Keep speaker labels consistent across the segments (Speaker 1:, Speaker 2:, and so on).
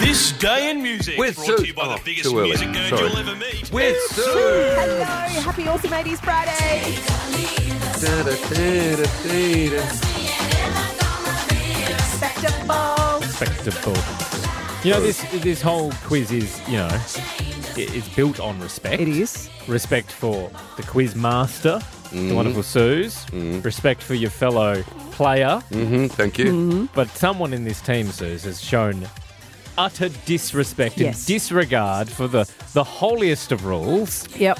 Speaker 1: This day in music
Speaker 2: With
Speaker 1: brought
Speaker 2: Sue-
Speaker 1: to you by
Speaker 2: oh,
Speaker 1: the biggest
Speaker 2: too early.
Speaker 1: music nerd
Speaker 2: Sorry.
Speaker 1: you'll ever meet.
Speaker 2: With Sue.
Speaker 3: Hello, happy Awesome 80s Friday. Respectable.
Speaker 4: respectable. You know, this this whole quiz is, you know, it, it's built on respect.
Speaker 3: It is.
Speaker 4: Respect for the quiz master,
Speaker 3: Mm.
Speaker 4: the wonderful Suze. Respect for your fellow player.
Speaker 2: Mm, Thank you.
Speaker 3: Mm-hmm.
Speaker 4: But someone in this team, Suze, has shown utter disrespect
Speaker 3: Yes.
Speaker 4: and disregard for the, the holiest of rules
Speaker 3: Yep.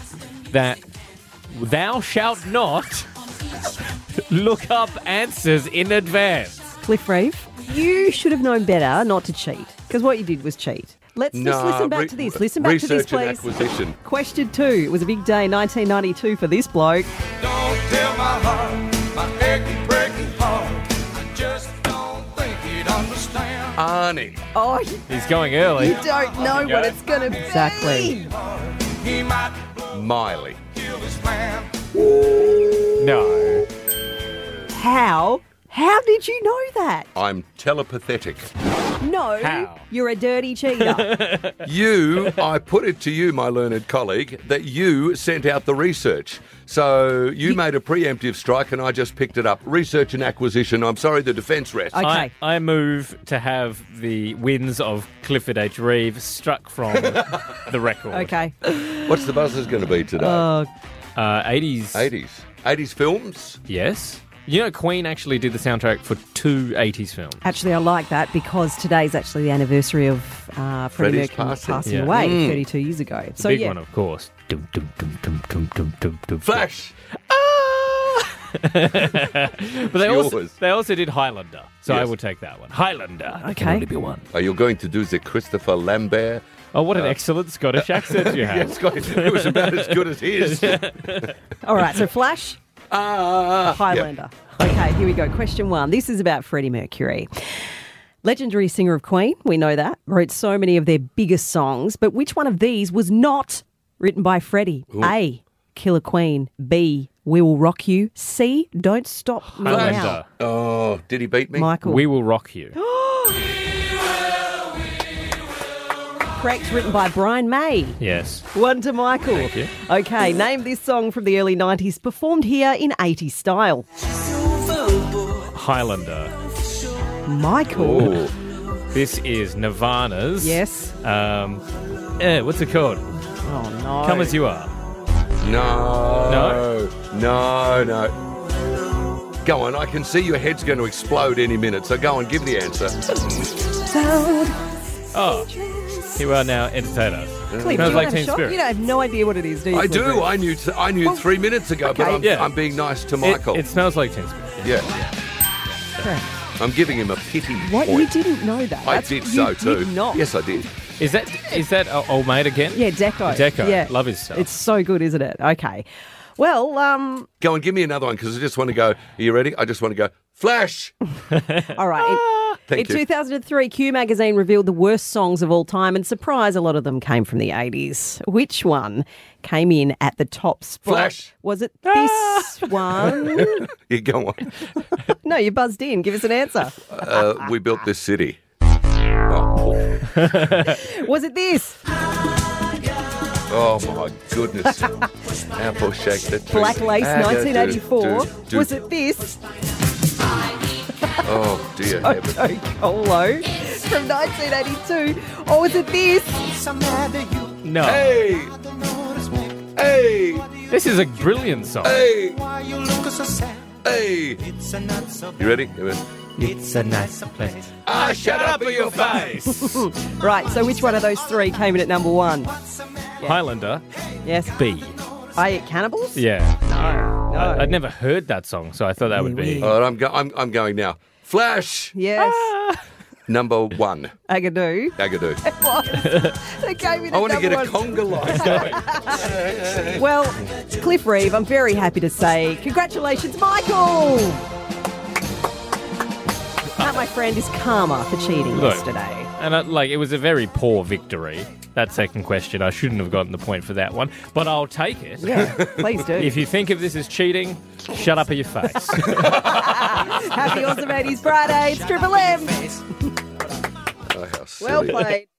Speaker 4: that thou shalt not look up answers in advance.
Speaker 3: Cliff Reeve, you should have known better not to cheat because what you did was cheat. Let's just
Speaker 2: Nah,
Speaker 3: listen back
Speaker 2: re-
Speaker 3: to this. Listen back to
Speaker 2: research
Speaker 3: this,
Speaker 2: and
Speaker 3: please.
Speaker 2: acquisition.
Speaker 3: Question two. It was a big day, 1992, for this bloke.
Speaker 5: Don't tell my heart, my achy, breaky heart. I just don't think it understands.
Speaker 2: Arnie.
Speaker 3: Oh, you
Speaker 4: He's going early.
Speaker 3: don't know
Speaker 4: go.
Speaker 3: what it's going to be. Exactly.
Speaker 5: He might blow
Speaker 2: Miley.
Speaker 5: kill this man.
Speaker 4: No.
Speaker 3: How? How did you know that?
Speaker 2: I'm telepathetic.
Speaker 3: No,
Speaker 4: How?
Speaker 3: you're a dirty cheater.
Speaker 2: You, I put it to you, my learned colleague, that you sent out the research. So you, made a preemptive strike and I just picked it up. Research and acquisition. I'm sorry, the defence rest.
Speaker 3: I- Okay.
Speaker 4: I, I move to have the wins of Clifford H. Reeve struck from the record.
Speaker 3: okay.
Speaker 2: What's the buzzers going to be today?
Speaker 3: Uh,
Speaker 4: Uh, 80s.
Speaker 2: 80s. 80s films?
Speaker 4: Yes. You know, Queen actually did the soundtrack for two 80s films.
Speaker 3: actually, I like that because today's actually the anniversary of uh, Freddie
Speaker 2: Freddie's
Speaker 3: Mercury
Speaker 2: passing.
Speaker 3: passing,
Speaker 4: Yeah.
Speaker 3: away 32 years ago.
Speaker 4: The
Speaker 3: so,
Speaker 4: big
Speaker 3: yeah.
Speaker 4: one, of course. Dum, dum, dum, dum, dum, dum, dum, dum.
Speaker 2: Flash.
Speaker 4: But they also,
Speaker 2: Yours.
Speaker 4: they also did Highlander. So I
Speaker 2: Yes.
Speaker 4: will take that one. Highlander. There can
Speaker 3: Okay.
Speaker 4: only be one.
Speaker 2: Are you going to do the Christopher Lambert?
Speaker 4: Oh, what an excellent Scottish accent you have.
Speaker 2: Uh, Yes, got it. It was about as good as his.
Speaker 3: All right, so Flash,
Speaker 2: Ah.
Speaker 3: Highlander. Okay, here we go. Question one. This is about Freddie Mercury. Legendary singer of Queen, we know that, wrote so many of their biggest songs, but which one of these was not written by Freddie? A. Killer Queen. B. We Will Rock You. C. Don't Stop Me Now.
Speaker 4: Highlander.
Speaker 2: Oh, did he beat me?
Speaker 3: Michael.
Speaker 4: We will rock you.
Speaker 3: Correct, written by Brian May.
Speaker 4: yes.
Speaker 3: One to Michael.
Speaker 4: you.
Speaker 3: Okay, name this song from the early 90s, performed here in 80s style.
Speaker 4: Highlander.
Speaker 3: Michael.
Speaker 2: Oh,
Speaker 4: This is Nirvana's.
Speaker 3: Yes.
Speaker 4: Um, eh, what's it called?
Speaker 3: Oh, no.
Speaker 4: Come as you are.
Speaker 2: no. No, no. Go on, I can see your head's going to explode any minute, so go on, give the answer.
Speaker 4: Oh, here we are now. Entertain us.
Speaker 3: Cleve, do
Speaker 4: Smells
Speaker 3: you
Speaker 4: like
Speaker 3: have a
Speaker 4: Teen
Speaker 3: shot?
Speaker 4: Spirit.
Speaker 3: You don't have no idea what it is, do you?
Speaker 2: I
Speaker 3: Cleve?
Speaker 2: do, I knew I knew three minutes ago, but
Speaker 3: okay.
Speaker 2: I'm,
Speaker 4: Yeah.
Speaker 2: I'm being nice to Michael.
Speaker 4: It, it smells like Teen Spirit.
Speaker 2: yeah,
Speaker 3: Correct.
Speaker 2: I'm giving him a pity
Speaker 3: What?
Speaker 2: point.
Speaker 3: You didn't know that?
Speaker 2: I
Speaker 3: That's-
Speaker 2: did
Speaker 3: you
Speaker 2: so too.
Speaker 3: Did not.
Speaker 2: Yes, I did.
Speaker 4: Is that is that uh, old mate again?
Speaker 3: Yeah, Deco.
Speaker 4: Deco.
Speaker 3: Yeah.
Speaker 4: Love his stuff.
Speaker 3: It's so good, isn't it? Okay. Well, um,
Speaker 2: Go on, give me another one because I just want to go. Are you ready? I just want to go. Flash.
Speaker 3: all right.
Speaker 4: Ah.
Speaker 3: In-
Speaker 2: Thank
Speaker 3: in
Speaker 2: you.
Speaker 3: 2003, Q Magazine revealed the worst songs of all time, and surprise, a lot of them came from the 80s. Which one came in at the top spot?
Speaker 2: Flash. Ah!
Speaker 3: Was it this one?
Speaker 2: Yeah, go on.
Speaker 3: no, you buzzed in. Give us an answer.
Speaker 2: Uh, we built this city. Oh,
Speaker 3: Was it this?
Speaker 2: oh my goodness. Apple shake the tree.
Speaker 3: Black Lace,
Speaker 2: Ah, do, do,
Speaker 3: 1984.
Speaker 2: do, do.
Speaker 3: Was it this?
Speaker 2: Oh dear heaven.
Speaker 3: Joe Colo Oh, from 1982? Or was it this?
Speaker 4: No.
Speaker 2: Hey, hey,
Speaker 4: This is a brilliant song.
Speaker 2: hey,
Speaker 5: Why you look so sad?
Speaker 2: hey.
Speaker 5: It's a not so
Speaker 2: You ready?
Speaker 5: It's a nice place.
Speaker 2: Ah, shut up in your face.
Speaker 3: Right, so which one of those three came in at number one?
Speaker 4: Highlander.
Speaker 3: Yes.
Speaker 4: B.
Speaker 3: I eat cannibals?
Speaker 4: Yeah.
Speaker 3: No. No.
Speaker 4: I, I'd never heard that song, so I thought that would be.
Speaker 2: All right, I'm, go- I'm, I'm going now. Flash
Speaker 3: Yes.
Speaker 2: Ah! number one.
Speaker 3: Agadoo.
Speaker 2: Agadoo.
Speaker 3: They came in
Speaker 2: I
Speaker 3: at
Speaker 2: want to
Speaker 3: number
Speaker 2: get a
Speaker 3: one.
Speaker 2: conga line going.
Speaker 3: well, Cliff Reeve, I'm very happy to say congratulations, Michael! That, my friend, is karma for cheating
Speaker 4: Look.
Speaker 3: yesterday.
Speaker 4: And I, like, it was a very poor victory. That second question, I shouldn't have gotten the point for that one, but I'll take it.
Speaker 3: Yeah, please do.
Speaker 4: If you think of this as cheating, shut up in your face.
Speaker 3: Happy Awesome 80s Friday. It's Triple M.
Speaker 2: Oh, how silly.
Speaker 3: Well played.